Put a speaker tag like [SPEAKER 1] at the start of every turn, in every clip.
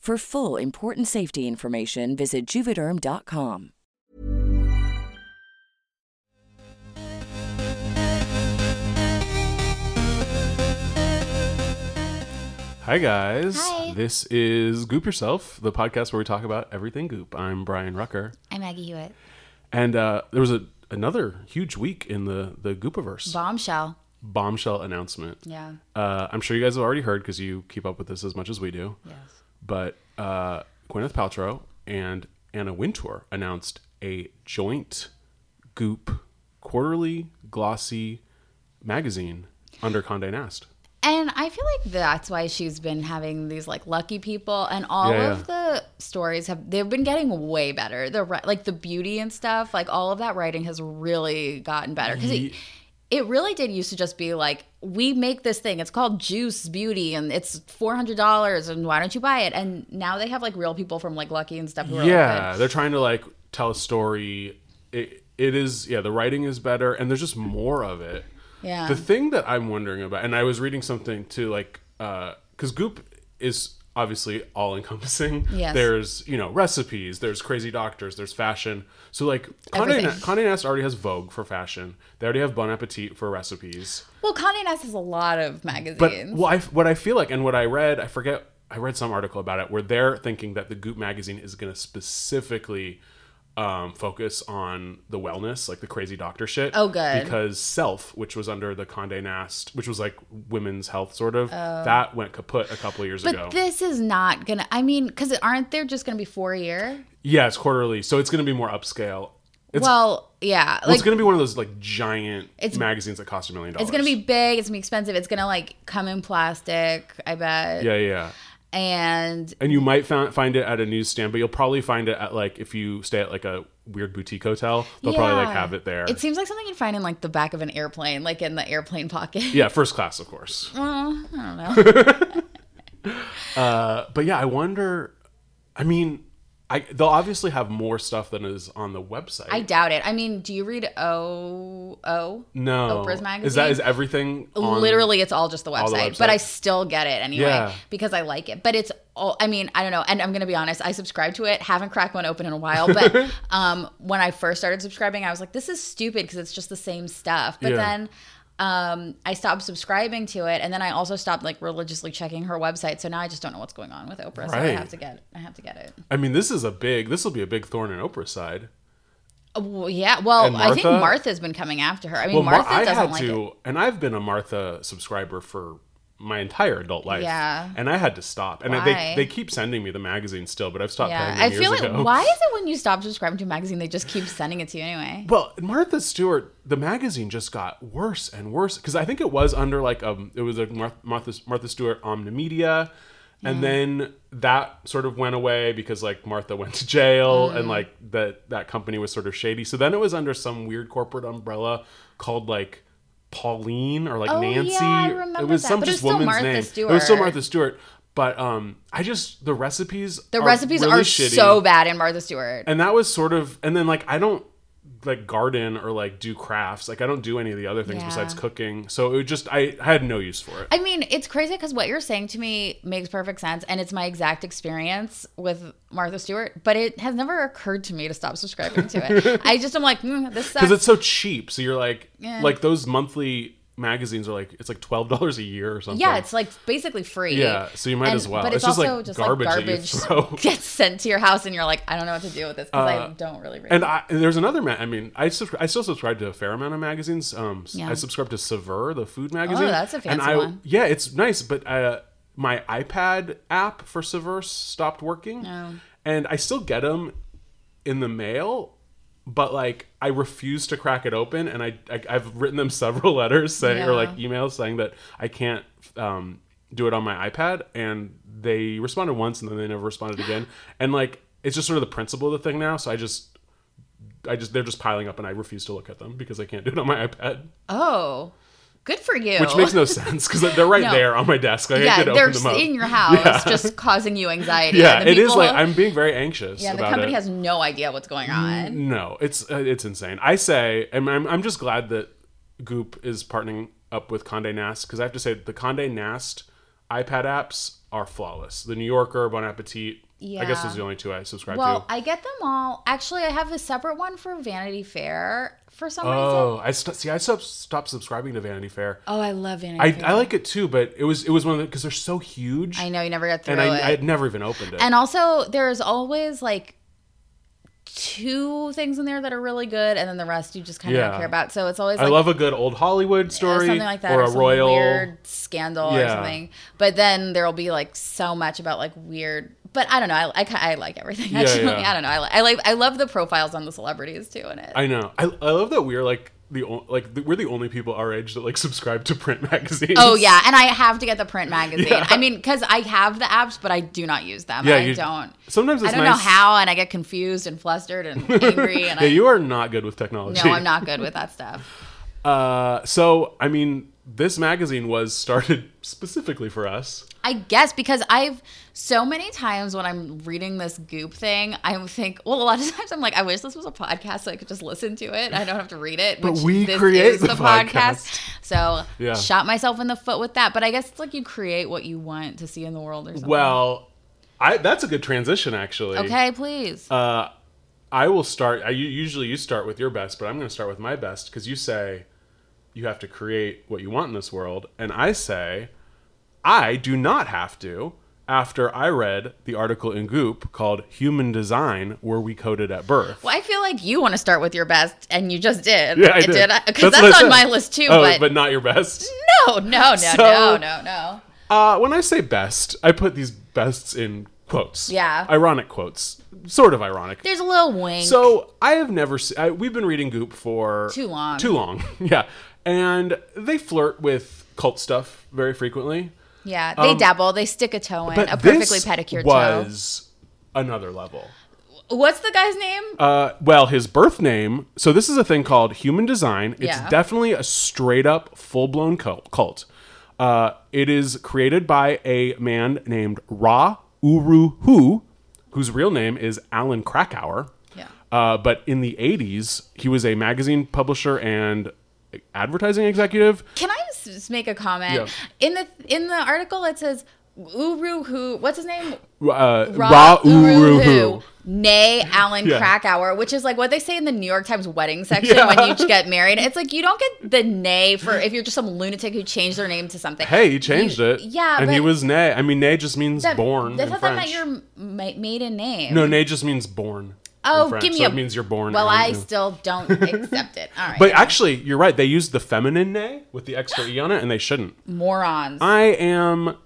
[SPEAKER 1] For full important safety information, visit juvederm.com.
[SPEAKER 2] Hi, guys.
[SPEAKER 3] Hi.
[SPEAKER 2] This is Goop Yourself, the podcast where we talk about everything goop. I'm Brian Rucker.
[SPEAKER 3] I'm Maggie Hewitt.
[SPEAKER 2] And uh, there was a, another huge week in the, the Goopiverse
[SPEAKER 3] Bombshell.
[SPEAKER 2] bombshell announcement.
[SPEAKER 3] Yeah.
[SPEAKER 2] Uh, I'm sure you guys have already heard because you keep up with this as much as we do.
[SPEAKER 3] Yes.
[SPEAKER 2] But uh, Gwyneth Paltrow and Anna Wintour announced a joint Goop quarterly glossy magazine under Condé Nast.
[SPEAKER 3] And I feel like that's why she's been having these like lucky people, and all
[SPEAKER 2] Yeah,
[SPEAKER 3] of the stories have they've been getting way better. The ri- like the beauty and stuff, like all of that writing has really gotten better because it, it really did used to just be like we make this thing. It's called Juice Beauty, and it's four hundred dollars, and why don't you buy it? And now they have like real people from like Lucky and stuff. Who are, like,
[SPEAKER 2] yeah they're trying to like tell a story it, it is yeah the writing is better and there's just more of it
[SPEAKER 3] Yeah.
[SPEAKER 2] the thing that i'm wondering about and i was reading something too like uh because goop is obviously all encompassing
[SPEAKER 3] Yes.
[SPEAKER 2] there's you know recipes there's crazy doctors there's fashion so like Condé
[SPEAKER 3] Everything.
[SPEAKER 2] Na- Condé Nast already has vogue for fashion they already have bon appetit for recipes
[SPEAKER 3] well, Condé Nast has a lot of magazines.
[SPEAKER 2] but well, I, what I feel like and what I read, I forget, I read some article about it where they're thinking that the Goop magazine is going to specifically um, focus on the wellness, like the crazy doctor shit.
[SPEAKER 3] Oh, good.
[SPEAKER 2] Because Self, which was under the Condé Nast, which was like women's health sort of, that went kaput a couple years
[SPEAKER 3] Oh. but
[SPEAKER 2] ago.
[SPEAKER 3] this is not gonna. I mean, because aren't there just gonna be four a year?
[SPEAKER 2] yeah, it's quarterly, so it's going to be more upscale. It's, well,
[SPEAKER 3] well, yeah, like
[SPEAKER 2] it's going to be one of those like giant
[SPEAKER 3] It's-
[SPEAKER 2] magazines that cost a million dollars.
[SPEAKER 3] it's gonna be big. It's gonna be expensive. It's gonna like come in plastic. I bet.
[SPEAKER 2] Yeah, yeah.
[SPEAKER 3] And
[SPEAKER 2] and you might found, find it at a newsstand, but you'll probably find it at like if you stay at like a weird boutique hotel, they'll probably like
[SPEAKER 3] Yeah.
[SPEAKER 2] have it there.
[SPEAKER 3] It seems like something you'd find in like the back of an airplane, like in the airplane pocket.
[SPEAKER 2] yeah, first class, of course.
[SPEAKER 3] Oh, I don't know.
[SPEAKER 2] Uh, but yeah, I wonder. I mean, I they'll obviously have more stuff than is on the website.
[SPEAKER 3] I doubt it. I mean, do you read O O?
[SPEAKER 2] no,
[SPEAKER 3] Oprah's
[SPEAKER 2] is that
[SPEAKER 3] magazine? Oh.
[SPEAKER 2] is everything on-
[SPEAKER 3] Literally, it's all just the website,
[SPEAKER 2] the website.
[SPEAKER 3] but I still get it anyway
[SPEAKER 2] Yeah.
[SPEAKER 3] because I like it. But it's all, I mean, I don't know. And I'm going to be honest, I subscribe to it, haven't cracked one open in a while. But um, when I first started subscribing, I was like, this is stupid because it's just the same stuff. But
[SPEAKER 2] Yeah.
[SPEAKER 3] then um, I stopped subscribing to it. And then I also stopped like religiously checking her website. So now I just don't know what's going on with Oprah. So I
[SPEAKER 2] Right.
[SPEAKER 3] have to get, I have to get it.
[SPEAKER 2] I mean, this is a big. This will be a big thorn in Oprah's side.
[SPEAKER 3] Uh, Well, yeah. Well,
[SPEAKER 2] And
[SPEAKER 3] I think
[SPEAKER 2] Martha?
[SPEAKER 3] Martha's been coming after her. I mean,
[SPEAKER 2] Well, Mar-
[SPEAKER 3] Martha
[SPEAKER 2] I
[SPEAKER 3] doesn't
[SPEAKER 2] had
[SPEAKER 3] like
[SPEAKER 2] to,
[SPEAKER 3] it.
[SPEAKER 2] and I've been a Martha subscriber for my entire adult life.
[SPEAKER 3] Yeah.
[SPEAKER 2] and I had to stop. And
[SPEAKER 3] Why?
[SPEAKER 2] they they keep sending me the magazine still, but I've stopped
[SPEAKER 3] Yeah,
[SPEAKER 2] paying them
[SPEAKER 3] I
[SPEAKER 2] years
[SPEAKER 3] feel like
[SPEAKER 2] ago.
[SPEAKER 3] why is it when you stop subscribing to a magazine, they just keep sending it to you anyway?
[SPEAKER 2] Well, Martha Stewart, the magazine just got worse and worse because I think it was under like um, it was like Mar- Martha Martha Stewart Omnimedia, and then that sort of went away because like Martha went to
[SPEAKER 3] Mm.
[SPEAKER 2] jail and like that that company was sort of shady. So then it was under some weird corporate umbrella called like Pauline or like
[SPEAKER 3] Oh, yeah,
[SPEAKER 2] Nancy.
[SPEAKER 3] I
[SPEAKER 2] or-
[SPEAKER 3] remember
[SPEAKER 2] it was
[SPEAKER 3] that,
[SPEAKER 2] some
[SPEAKER 3] but it was
[SPEAKER 2] just
[SPEAKER 3] still
[SPEAKER 2] woman's
[SPEAKER 3] Martha
[SPEAKER 2] name. It was still
[SPEAKER 3] Stewart.
[SPEAKER 2] Martha Stewart. But um, I just the recipes.
[SPEAKER 3] The recipes
[SPEAKER 2] really
[SPEAKER 3] are
[SPEAKER 2] shitty.
[SPEAKER 3] so bad in Martha Stewart.
[SPEAKER 2] And that was sort of, and then like I don't like garden or like do crafts. Like I don't do any of the other things
[SPEAKER 3] Yeah.
[SPEAKER 2] besides cooking. So it would just I had no use for it.
[SPEAKER 3] I mean, it's crazy because what you're saying to me makes perfect sense, and it's my exact experience with Martha Stewart. But it has never occurred to me to stop subscribing to it. I just am like, mm, this sucks.
[SPEAKER 2] because it's so cheap. So you're like, like those monthly magazines are like, it's like twelve dollars a year or something.
[SPEAKER 3] yeah, it's like basically free.
[SPEAKER 2] Yeah, so you might as well.
[SPEAKER 3] But it's,
[SPEAKER 2] It's just, like,
[SPEAKER 3] also just
[SPEAKER 2] garbage
[SPEAKER 3] like
[SPEAKER 2] that you
[SPEAKER 3] garbage
[SPEAKER 2] throw. Uh,
[SPEAKER 3] gets sent to your house, and you're like, I don't know what to do with this because I don't really read.
[SPEAKER 2] and
[SPEAKER 3] it.
[SPEAKER 2] I, and there's another. Ma- I mean, I subscri- I still subscribe to a fair amount of magazines. Um, s-
[SPEAKER 3] Yeah. Oh,
[SPEAKER 2] I subscribe to Saveur, the food magazine.
[SPEAKER 3] that's a
[SPEAKER 2] and
[SPEAKER 3] fancy
[SPEAKER 2] I,
[SPEAKER 3] one.
[SPEAKER 2] Yeah, it's nice, but uh, my iPad app for Saveur stopped working,
[SPEAKER 3] Oh.
[SPEAKER 2] and I still get them in the mail. But like, I refuse to crack it open, and I, I I've written them several letters saying or
[SPEAKER 3] Yeah.
[SPEAKER 2] like emails saying that I can't um, do it on my iPad, and they responded once, and then they never responded again, and like it's just sort of the principle of the thing now. So I just I just they're just piling up, and I refuse to look at them because I can't do it on my iPad,
[SPEAKER 3] oh, good for you.
[SPEAKER 2] which makes no sense because they're right
[SPEAKER 3] No.
[SPEAKER 2] there on my desk. Like, I
[SPEAKER 3] yeah,
[SPEAKER 2] could
[SPEAKER 3] they're
[SPEAKER 2] open them up.
[SPEAKER 3] in your house, just causing you anxiety.
[SPEAKER 2] yeah,
[SPEAKER 3] And the
[SPEAKER 2] it is
[SPEAKER 3] people-
[SPEAKER 2] like I'm being very anxious.
[SPEAKER 3] Yeah, the
[SPEAKER 2] about
[SPEAKER 3] company
[SPEAKER 2] it.
[SPEAKER 3] has no idea what's going on.
[SPEAKER 2] no. It's uh, it's insane. I say, and I'm I'm just glad that Goop is partnering up with Condé Nast because I have to say the Condé Nast iPad apps are flawless. The New Yorker, Bon Appetit. I guess
[SPEAKER 3] Yeah.
[SPEAKER 2] those are the only two I subscribe
[SPEAKER 3] Well,
[SPEAKER 2] to.
[SPEAKER 3] I get them all. Actually, I have a separate one for Vanity Fair for some reason.
[SPEAKER 2] Oh, I st- see. I sub- stopped subscribing to Vanity Fair.
[SPEAKER 3] Oh, I love Vanity
[SPEAKER 2] I,
[SPEAKER 3] Fair.
[SPEAKER 2] I like it too, but it was it was one of the because they're so huge.
[SPEAKER 3] I know you never got through
[SPEAKER 2] and I,
[SPEAKER 3] it.
[SPEAKER 2] I had never even opened it.
[SPEAKER 3] and also, there's always like two things in there that are really good, and then the rest you just kind of
[SPEAKER 2] Yeah.
[SPEAKER 3] don't care about. So it's always
[SPEAKER 2] I
[SPEAKER 3] like
[SPEAKER 2] love a good old Hollywood story,
[SPEAKER 3] something like that,
[SPEAKER 2] or,
[SPEAKER 3] or,
[SPEAKER 2] a
[SPEAKER 3] some
[SPEAKER 2] royal.
[SPEAKER 3] weird scandal or
[SPEAKER 2] Yeah.
[SPEAKER 3] something. But then there'll be like so much about like weird. But I don't know. I I, ki- I like everything
[SPEAKER 2] Yeah,
[SPEAKER 3] actually.
[SPEAKER 2] yeah.
[SPEAKER 3] I don't know. I, li- I like I love the profiles on the celebrities too in it.
[SPEAKER 2] I know. I, I love that we're like the o- like the, we're the only people our age that like subscribe to print magazines.
[SPEAKER 3] Oh yeah, and I have to get the print magazine.
[SPEAKER 2] Yeah.
[SPEAKER 3] I mean, because I have the apps, but I do not use them.
[SPEAKER 2] Yeah,
[SPEAKER 3] I
[SPEAKER 2] you-
[SPEAKER 3] don't.
[SPEAKER 2] sometimes it's
[SPEAKER 3] I don't
[SPEAKER 2] nice-
[SPEAKER 3] know how, and I get confused and flustered and angry. And
[SPEAKER 2] Yeah,
[SPEAKER 3] I,
[SPEAKER 2] you are not good with technology.
[SPEAKER 3] no, I'm not good with that stuff.
[SPEAKER 2] Uh, so I mean, this magazine was started specifically for us.
[SPEAKER 3] I guess because I've so many times when I'm reading this goop thing, I think, well, a lot of times I'm like, I wish this was a podcast so I could just listen to it. I don't have to read it.
[SPEAKER 2] But
[SPEAKER 3] which
[SPEAKER 2] we
[SPEAKER 3] this
[SPEAKER 2] create
[SPEAKER 3] is
[SPEAKER 2] the
[SPEAKER 3] the, podcast.
[SPEAKER 2] podcast.
[SPEAKER 3] So
[SPEAKER 2] Yeah.
[SPEAKER 3] shot myself in the foot with that. But I guess it's like you create what you want to see in the world or something.
[SPEAKER 2] Well, I that's a good transition actually.
[SPEAKER 3] Oh, okay, please.
[SPEAKER 2] I will start. I u- usually you start with your best, but I'm going to start with my best because you say you have to create what you want in this world, and I say I do not have to. After I read the article in Goop called "Human Design: Were We Coded at Birth?"
[SPEAKER 3] Well, I feel like you want to start with your best, and you just did. Because
[SPEAKER 2] what
[SPEAKER 3] that's,
[SPEAKER 2] I
[SPEAKER 3] on
[SPEAKER 2] said.
[SPEAKER 3] my list too.
[SPEAKER 2] Oh,
[SPEAKER 3] but,
[SPEAKER 2] not your best.
[SPEAKER 3] no, no, no,
[SPEAKER 2] So-
[SPEAKER 3] no, no, no.
[SPEAKER 2] Uh, when I say best, I put these bests in quotes.
[SPEAKER 3] Yeah.
[SPEAKER 2] ironic quotes, sort of ironic.
[SPEAKER 3] There's a little wing.
[SPEAKER 2] So I have never. Se- I, we've been reading Goop for
[SPEAKER 3] Too long.
[SPEAKER 2] Too long. yeah, and they flirt with cult stuff very frequently.
[SPEAKER 3] yeah, they dabble. They stick a toe in
[SPEAKER 2] um, But
[SPEAKER 3] a perfectly
[SPEAKER 2] this
[SPEAKER 3] pedicured
[SPEAKER 2] was another level.
[SPEAKER 3] toe. What's the guy's name?
[SPEAKER 2] Uh, well, his birth name. So this is a thing called human design. It's
[SPEAKER 3] Yeah.
[SPEAKER 2] definitely a straight up full blown cult. cult. Uh, it is created by a man named Ra Uruhu, whose real name is Alan Krakauer.
[SPEAKER 3] Yeah.
[SPEAKER 2] Uh, but in the 80s, he was a magazine publisher and advertising executive.
[SPEAKER 3] Can I just- just make a comment?
[SPEAKER 2] Yeah.
[SPEAKER 3] In the in the article, it says Uru who what's his name?
[SPEAKER 2] Uh,
[SPEAKER 3] Ra
[SPEAKER 2] Ra
[SPEAKER 3] Uruhu.
[SPEAKER 2] Uruhu.
[SPEAKER 3] Nay, Alan
[SPEAKER 2] Yeah.
[SPEAKER 3] Krakauer, which is like what they say in the New York Times wedding section when you get married. It's like you don't get the nay for if you're just some lunatic who changed their name to something.
[SPEAKER 2] Hey, he changed
[SPEAKER 3] You-
[SPEAKER 2] it.
[SPEAKER 3] Yeah,
[SPEAKER 2] And he
[SPEAKER 3] but-
[SPEAKER 2] was Ney. I mean, Ney just means born.
[SPEAKER 3] I
[SPEAKER 2] in
[SPEAKER 3] thought
[SPEAKER 2] French.
[SPEAKER 3] that meant your ma- maiden name.
[SPEAKER 2] No, nay just means born. in
[SPEAKER 3] Oh,
[SPEAKER 2] French,
[SPEAKER 3] give me
[SPEAKER 2] so
[SPEAKER 3] a.
[SPEAKER 2] it means you're born.
[SPEAKER 3] Well,
[SPEAKER 2] and-
[SPEAKER 3] I
[SPEAKER 2] yeah.
[SPEAKER 3] still don't accept it. All right,
[SPEAKER 2] But actually, you're right. They used the feminine nay with the extra e on it, and they shouldn't.
[SPEAKER 3] morons.
[SPEAKER 2] I am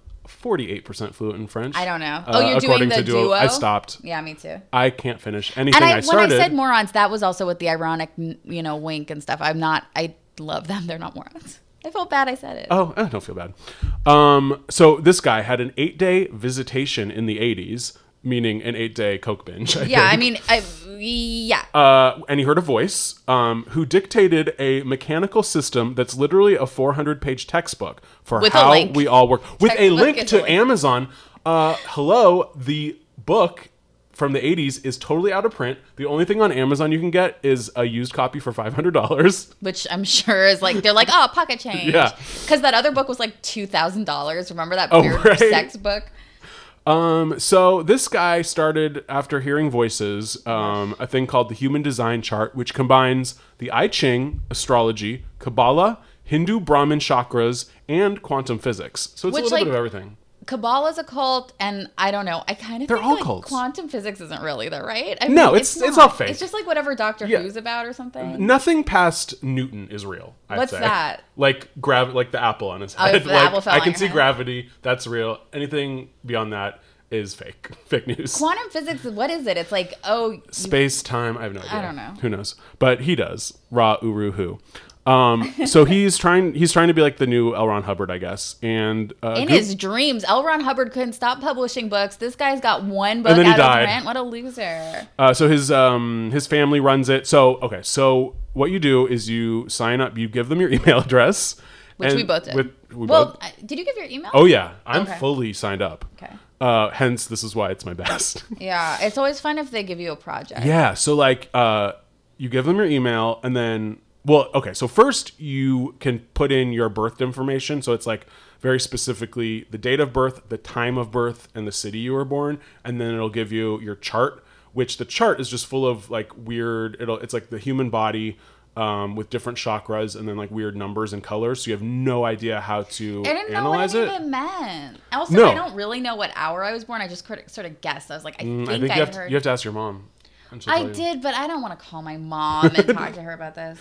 [SPEAKER 2] 48% fluent in French.
[SPEAKER 3] I don't know.
[SPEAKER 2] uh,
[SPEAKER 3] Oh, you're doing
[SPEAKER 2] according
[SPEAKER 3] the
[SPEAKER 2] to Duo.
[SPEAKER 3] duo.
[SPEAKER 2] I stopped.
[SPEAKER 3] Yeah, me too.
[SPEAKER 2] I can't finish anything
[SPEAKER 3] And
[SPEAKER 2] I,
[SPEAKER 3] I, when
[SPEAKER 2] started.
[SPEAKER 3] I said morons, that was also with the ironic, n- you know, wink and stuff. I'm not. I love them. They're not morons. I felt bad. I said it.
[SPEAKER 2] Oh, eh, don't feel bad. Um, so this guy had an eight day visitation in the 80s. meaning an eight day coke binge. I
[SPEAKER 3] Yeah, I
[SPEAKER 2] think.
[SPEAKER 3] mean, I, yeah.
[SPEAKER 2] Uh, and he heard a voice um, who dictated a mechanical system that's literally a 400 page textbook for
[SPEAKER 3] With a
[SPEAKER 2] how
[SPEAKER 3] link.
[SPEAKER 2] we all work. With a
[SPEAKER 3] Textbook
[SPEAKER 2] link
[SPEAKER 3] is
[SPEAKER 2] to
[SPEAKER 3] a link.
[SPEAKER 2] Amazon. Uh, hello, the book from the 80s is totally out of print. The only thing on Amazon you can get is a used copy for $500.
[SPEAKER 3] Which I'm sure is like, they're like, oh, pocket change.
[SPEAKER 2] Yeah.
[SPEAKER 3] Because that other book was like $2,000. Remember that
[SPEAKER 2] Oh,
[SPEAKER 3] weird
[SPEAKER 2] right.
[SPEAKER 3] sex book?
[SPEAKER 2] So this guy started after hearing voices um, a thing called the Human Design Chart, which combines the I Ching, astrology, Kabbalah, Hindu Brahmin chakras, and quantum physics. So it's
[SPEAKER 3] Which,
[SPEAKER 2] a little
[SPEAKER 3] like,
[SPEAKER 2] bit of everything.
[SPEAKER 3] Kabbalah's a cult, and I don't know. I kind of
[SPEAKER 2] They're
[SPEAKER 3] think
[SPEAKER 2] all
[SPEAKER 3] like
[SPEAKER 2] cults.
[SPEAKER 3] quantum physics isn't really the right. I
[SPEAKER 2] No, it's- it's
[SPEAKER 3] not.
[SPEAKER 2] all fake.
[SPEAKER 3] It's just like whatever Doctor
[SPEAKER 2] Yeah.
[SPEAKER 3] Who's about or something.
[SPEAKER 2] Nothing past Newton is real. I'd
[SPEAKER 3] What's
[SPEAKER 2] say.
[SPEAKER 3] that?
[SPEAKER 2] Like grav, like the apple on his
[SPEAKER 3] Oh,
[SPEAKER 2] head.
[SPEAKER 3] if the
[SPEAKER 2] like,
[SPEAKER 3] apple fell
[SPEAKER 2] I
[SPEAKER 3] on
[SPEAKER 2] can
[SPEAKER 3] your
[SPEAKER 2] see
[SPEAKER 3] head.
[SPEAKER 2] gravity. That's real. Anything beyond that is fake. Fake news.
[SPEAKER 3] Quantum physics, what is it? It's like oh,
[SPEAKER 2] space time. I have no idea.
[SPEAKER 3] don't know.
[SPEAKER 2] Who knows? But he does. Ra Uru Hu. Um, so he's trying. He's trying to be like the new L. Ron Hubbard, I guess. And uh,
[SPEAKER 3] in
[SPEAKER 2] Goop-
[SPEAKER 3] his dreams, L. Ron Hubbard couldn't stop publishing books. This guy's got one book
[SPEAKER 2] then he
[SPEAKER 3] out
[SPEAKER 2] died.
[SPEAKER 3] of print. What a loser!
[SPEAKER 2] Uh, so his um, his family runs it. So okay, so what you do is you sign up. You give them your email address,
[SPEAKER 3] Which
[SPEAKER 2] and
[SPEAKER 3] we both did.
[SPEAKER 2] with- we
[SPEAKER 3] well,
[SPEAKER 2] both-
[SPEAKER 3] I- did you give your email?
[SPEAKER 2] oh yeah, I'm
[SPEAKER 3] Okay.
[SPEAKER 2] fully signed up.
[SPEAKER 3] Okay.
[SPEAKER 2] Uh, hence, this is why it's my best.
[SPEAKER 3] yeah. It's always fun if they give you a project.
[SPEAKER 2] Yeah. So like, uh, you give them your email, and then well, okay. So first, you can put in your birth information. So it's like very specifically the date of birth, the time of birth, and the city you were born, and then it'll give you your chart, which the chart is just full of like weird. It'll it's like the human body. Um, with different chakras and then like weird numbers and colors, so you have no idea how to
[SPEAKER 3] I didn't know what
[SPEAKER 2] analyze
[SPEAKER 3] it,
[SPEAKER 2] it.
[SPEAKER 3] even meant. Also,
[SPEAKER 2] No.
[SPEAKER 3] I don't really know what hour I was born. I just crit- sort of guessed. I was like, I think,
[SPEAKER 2] Mm, I think
[SPEAKER 3] I
[SPEAKER 2] you have, to,
[SPEAKER 3] heard.
[SPEAKER 2] you have to ask your mom. and she'll
[SPEAKER 3] I
[SPEAKER 2] tell you.
[SPEAKER 3] did, but I don't want to call my mom and talk to her about this.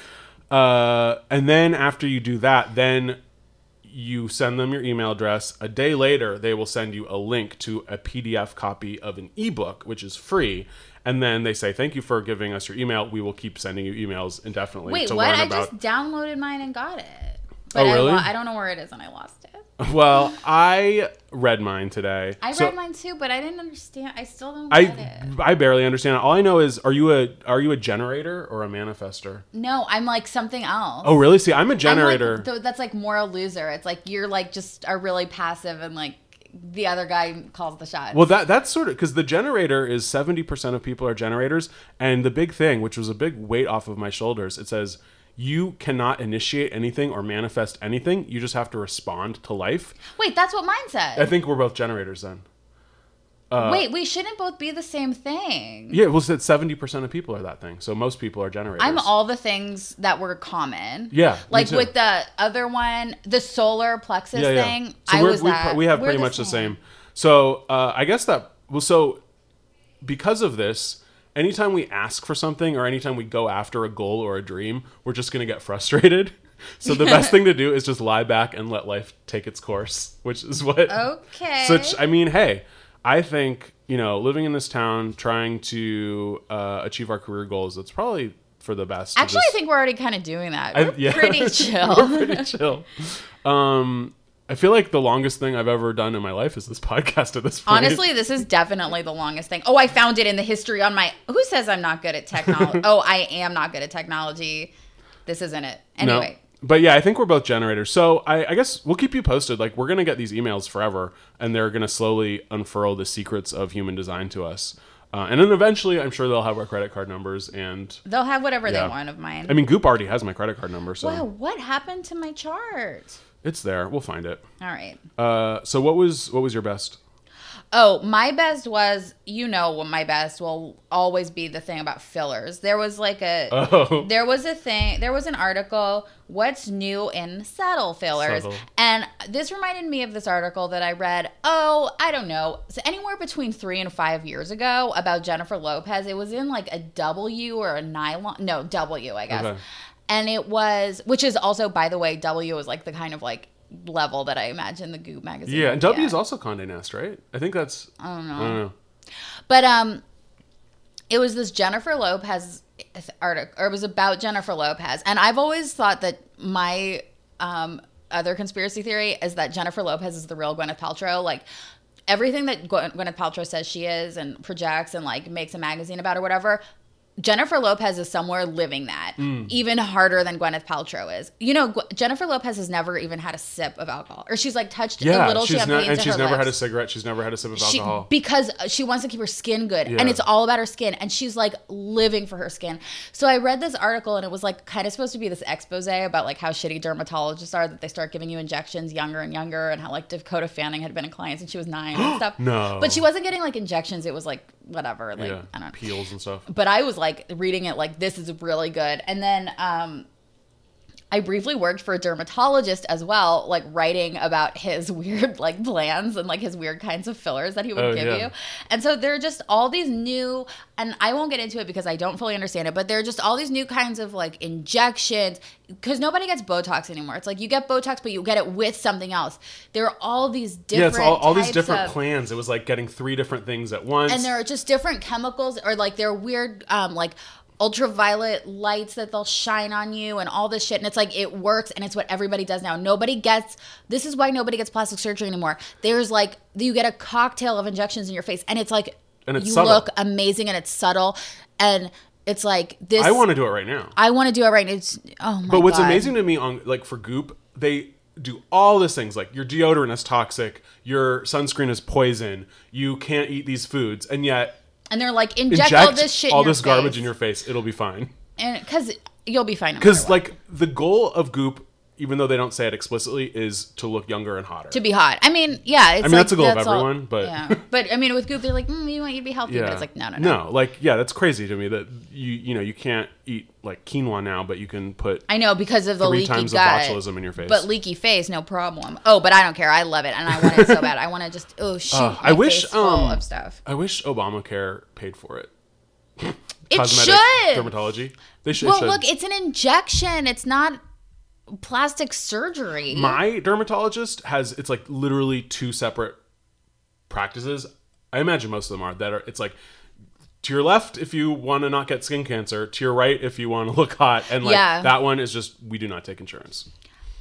[SPEAKER 2] Uh, and then after you do that, then you send them your email address. A day later, they will send you a link to a PDF copy of an ebook, which is free. And then they say, "Thank you for giving us your email. We will keep sending you emails indefinitely
[SPEAKER 3] Wait,
[SPEAKER 2] to
[SPEAKER 3] what?
[SPEAKER 2] learn
[SPEAKER 3] I
[SPEAKER 2] about." Oh,
[SPEAKER 3] just downloaded mine and got it. But
[SPEAKER 2] really?
[SPEAKER 3] I, lo- I don't know where it is and I lost it.
[SPEAKER 2] well, I read mine today.
[SPEAKER 3] I
[SPEAKER 2] So
[SPEAKER 3] read mine too, but I didn't understand. I still don't get
[SPEAKER 2] I
[SPEAKER 3] it.
[SPEAKER 2] I barely understand. it. All I know is, are you a are you a generator or a manifester?
[SPEAKER 3] No, I'm like something else.
[SPEAKER 2] Oh, really? See, I'm a
[SPEAKER 3] I'm, like,
[SPEAKER 2] generator.
[SPEAKER 3] th- that's like more a loser. It's like you're like just are really passive and like the other guy calls the shot.
[SPEAKER 2] Well, that that's sort of because the generator is seventy percent of people are generators, and the big thing, which was a big weight off of my shoulders, it says you cannot initiate anything or manifest anything. You just have to respond to life.
[SPEAKER 3] Wait, that's what mine said.
[SPEAKER 2] I think we're both generators then.
[SPEAKER 3] Wait, we shouldn't both be the same thing.
[SPEAKER 2] Yeah, well, it said seventy percent of people are that thing, so most people are generators.
[SPEAKER 3] I'm all the things that were common.
[SPEAKER 2] Yeah, me
[SPEAKER 3] Like
[SPEAKER 2] too.
[SPEAKER 3] with the other one, the solar plexus thing.
[SPEAKER 2] So
[SPEAKER 3] I
[SPEAKER 2] we're,
[SPEAKER 3] was
[SPEAKER 2] we,
[SPEAKER 3] that.
[SPEAKER 2] we have
[SPEAKER 3] We're
[SPEAKER 2] pretty much the same. So uh, I guess that well, so because of this, anytime we ask for something or anytime we go after a goal or a dream, we're just gonna get frustrated. So the best thing to do is just lie back and let life take its course, which is what.
[SPEAKER 3] Okay.
[SPEAKER 2] Such I mean, hey, I think you know, living in this town, trying to uh, achieve our career goals, that's probably for the best.
[SPEAKER 3] Actually,
[SPEAKER 2] Just-
[SPEAKER 3] I think we're already kind of doing that.
[SPEAKER 2] I-
[SPEAKER 3] We're
[SPEAKER 2] yeah.
[SPEAKER 3] pretty chill.
[SPEAKER 2] pretty chill. Um, I feel like the longest thing I've ever done in my life is this podcast at this point.
[SPEAKER 3] Honestly, this is definitely the longest thing. Oh, I found it in the history on my. Who says I'm not good at technology? oh, I am not good at technology. This isn't it.
[SPEAKER 2] No.
[SPEAKER 3] Anyway.
[SPEAKER 2] But yeah, I think we're both generators. So I, I guess we'll keep you posted. Like we're gonna get these emails forever, and they're gonna slowly unfurl the secrets of human design to us. Uh, and then eventually, I'm sure they'll have our credit card numbers. And
[SPEAKER 3] They'll have whatever
[SPEAKER 2] Yeah.
[SPEAKER 3] they want of mine.
[SPEAKER 2] I mean, Goop already has my credit card number, so
[SPEAKER 3] wow, what happened to my chart?
[SPEAKER 2] it's there. We'll find it.
[SPEAKER 3] All right.
[SPEAKER 2] Uh, so what was what was your best?
[SPEAKER 3] Oh, my best was, you know, what my best will always be the thing about fillers. There was like a,
[SPEAKER 2] Oh.
[SPEAKER 3] there was a thing, there was an article, What's New in Saddle Fillers?
[SPEAKER 2] Subtle.
[SPEAKER 3] And this reminded me of this article that I read, oh, I don't know, so anywhere between three and five years ago about Jennifer Lopez. It was in like a W or a nylon, no, W, I guess.
[SPEAKER 2] Okay.
[SPEAKER 3] And it was, which is also, by the way, W is like the kind of like, level that I imagine the Goop magazine.
[SPEAKER 2] Yeah,
[SPEAKER 3] would
[SPEAKER 2] and
[SPEAKER 3] be
[SPEAKER 2] W
[SPEAKER 3] at.
[SPEAKER 2] is also Condé Nast, right? I think that's.
[SPEAKER 3] Uh,
[SPEAKER 2] I don't know. I don't know.
[SPEAKER 3] But um, it was this Jennifer Lopez article, or it was about Jennifer Lopez, and I've always thought that my um other conspiracy theory is that Jennifer Lopez is the real Gwyneth Paltrow, like. everything that Gwen- Gwyneth Paltrow says she is and projects and like makes a magazine about or whatever. Jennifer Lopez is somewhere living that
[SPEAKER 2] Hmm.
[SPEAKER 3] even harder than Gwyneth Paltrow is. You know, Gw- Jennifer Lopez has never even had a sip of alcohol, or she's like touched a
[SPEAKER 2] Yeah,
[SPEAKER 3] little
[SPEAKER 2] she's
[SPEAKER 3] champagne
[SPEAKER 2] not, and
[SPEAKER 3] to
[SPEAKER 2] she's
[SPEAKER 3] her
[SPEAKER 2] never had a
[SPEAKER 3] lips.
[SPEAKER 2] cigarette. She's never had a sip of
[SPEAKER 3] She,
[SPEAKER 2] alcohol.
[SPEAKER 3] because she wants to keep her skin good
[SPEAKER 2] Yeah.
[SPEAKER 3] and it's all about her skin and she's like living for her skin so i read this article and it was like kind of supposed to be this expose about like how shitty dermatologists are that they start giving you injections younger and younger and how like dakota fanning had been a client since she was nine and stuff
[SPEAKER 2] No.
[SPEAKER 3] but she wasn't getting like injections it was like whatever like
[SPEAKER 2] yeah,
[SPEAKER 3] i don't know
[SPEAKER 2] peels and stuff.
[SPEAKER 3] but I was like reading it like this is really good. And then um I briefly worked for a dermatologist as well, like writing about his weird like plans and like his weird kinds of fillers that he would
[SPEAKER 2] Oh,
[SPEAKER 3] give
[SPEAKER 2] yeah.
[SPEAKER 3] you. And so there are just all these new and I won't get into it because I don't fully understand it, but there are just all these new kinds of like injections cuz nobody gets botox anymore. It's like you get botox but you get it with something else. There are all these different
[SPEAKER 2] Yeah, it's all, all these
[SPEAKER 3] types
[SPEAKER 2] different
[SPEAKER 3] of-
[SPEAKER 2] plans. It was like getting three different things at once.
[SPEAKER 3] and there are just different chemicals or like they're weird um like ultraviolet lights that they'll shine on you and all this shit and it's like it works and it's what everybody does now nobody gets this is why nobody gets plastic surgery anymore there's like you get a cocktail of injections in your face and it's like
[SPEAKER 2] And it's
[SPEAKER 3] you
[SPEAKER 2] subtle.
[SPEAKER 3] look amazing and it's subtle and it's like this
[SPEAKER 2] I want to do it right now.
[SPEAKER 3] I want to do it right now. It's oh my
[SPEAKER 2] But what's
[SPEAKER 3] Oh God.
[SPEAKER 2] amazing to me on like for Goop, they do all these things like your deodorant is toxic, your sunscreen is poison, you can't eat these foods, and yet
[SPEAKER 3] and they're like inject,
[SPEAKER 2] inject
[SPEAKER 3] all this shit in your
[SPEAKER 2] this garbage
[SPEAKER 3] face.
[SPEAKER 2] in your face. It'll be fine.
[SPEAKER 3] and cuz you'll be fine no matter
[SPEAKER 2] Because
[SPEAKER 3] what.
[SPEAKER 2] like the goal of Goop, even though they don't say it explicitly, is to look younger and hotter.
[SPEAKER 3] to be hot. I mean, yeah, it's
[SPEAKER 2] mean,
[SPEAKER 3] like,
[SPEAKER 2] that's the goal of
[SPEAKER 3] all-
[SPEAKER 2] everyone, but-
[SPEAKER 3] yeah. but I mean, with Goop, they're like, mm, we want you to be healthy, but it's like, no, no, no.
[SPEAKER 2] no. Like, yeah, that's crazy to me that you you know you can't eat like quinoa now, but you can put
[SPEAKER 3] I know because of the
[SPEAKER 2] Three
[SPEAKER 3] leaky
[SPEAKER 2] times the
[SPEAKER 3] gut,
[SPEAKER 2] botulism in your face.
[SPEAKER 3] but leaky face, no problem. Oh, but I don't care. I love it, and I want it so bad. I want to just oh shoot,
[SPEAKER 2] Uh, I
[SPEAKER 3] my
[SPEAKER 2] wish
[SPEAKER 3] face full
[SPEAKER 2] um,
[SPEAKER 3] of stuff.
[SPEAKER 2] I wish Obamacare paid for it.
[SPEAKER 3] It
[SPEAKER 2] Cosmetic
[SPEAKER 3] should.
[SPEAKER 2] dermatology. They should. it
[SPEAKER 3] well,
[SPEAKER 2] should.
[SPEAKER 3] look, it's an injection. It's not plastic surgery.
[SPEAKER 2] my dermatologist has it's like literally two separate practices. I imagine most of them are that are it's like to your left if you want to not get skin cancer, to your right if you want to look hot, and like
[SPEAKER 3] Yeah.
[SPEAKER 2] that one is just we do not take insurance.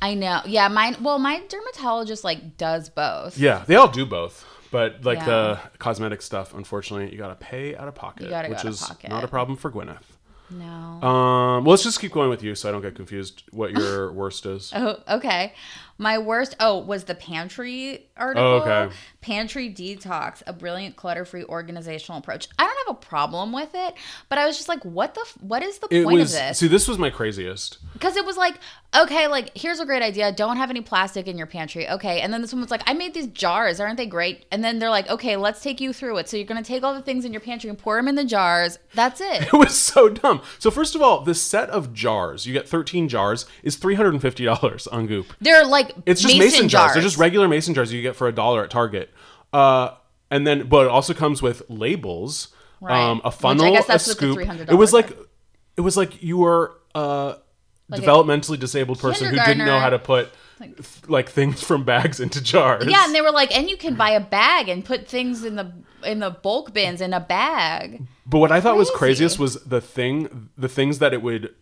[SPEAKER 3] I know. Yeah, mine. Well, my dermatologist like does both.
[SPEAKER 2] Yeah, they all do both, but like
[SPEAKER 3] Yeah.
[SPEAKER 2] the cosmetic stuff, unfortunately, you gotta pay out of pocket,
[SPEAKER 3] You gotta go
[SPEAKER 2] which
[SPEAKER 3] out of
[SPEAKER 2] is
[SPEAKER 3] pocket.
[SPEAKER 2] not a problem for Gwyneth.
[SPEAKER 3] No.
[SPEAKER 2] Um, well, let's just keep going with you so I don't get confused. What your worst is?
[SPEAKER 3] Oh, okay. My worst, oh, was the pantry article.
[SPEAKER 2] Oh, okay.
[SPEAKER 3] Pantry Detox, a brilliant clutter free organizational approach. I don't have a problem with it, but I was just like, what the, f- what is the
[SPEAKER 2] It
[SPEAKER 3] point
[SPEAKER 2] was
[SPEAKER 3] of this?
[SPEAKER 2] see. This was my craziest.
[SPEAKER 3] Because it was like, okay, like, here's a great idea. Don't have any plastic in your pantry. Okay. And then this woman's like, I made these jars. Aren't they great? And then they're like, okay, let's take you through it. So you're going to take all the things in your pantry and pour them in the jars. That's it.
[SPEAKER 2] It was so dumb. So first of all, the set of jars you get thirteen jars is three hundred and fifty dollars on Goop.
[SPEAKER 3] They're like,
[SPEAKER 2] It's just mason, jars. They're just regular mason jars you get for a dollar at Target. Uh, and then, but it also comes with labels,
[SPEAKER 3] Right.
[SPEAKER 2] um, a
[SPEAKER 3] Which I
[SPEAKER 2] funnel,
[SPEAKER 3] guess that's
[SPEAKER 2] a
[SPEAKER 3] what the
[SPEAKER 2] scoop.
[SPEAKER 3] $300
[SPEAKER 2] It was
[SPEAKER 3] are.
[SPEAKER 2] like, it was like you were a developmentally disabled person who didn't know
[SPEAKER 3] kindergartner.
[SPEAKER 2] how to put th- like things from bags into jars.
[SPEAKER 3] Yeah, and they were like, and you can buy a bag and put things in the in the bulk bins in a bag.
[SPEAKER 2] But what I thought was
[SPEAKER 3] Crazy.
[SPEAKER 2] craziest was the thing, the things that it would,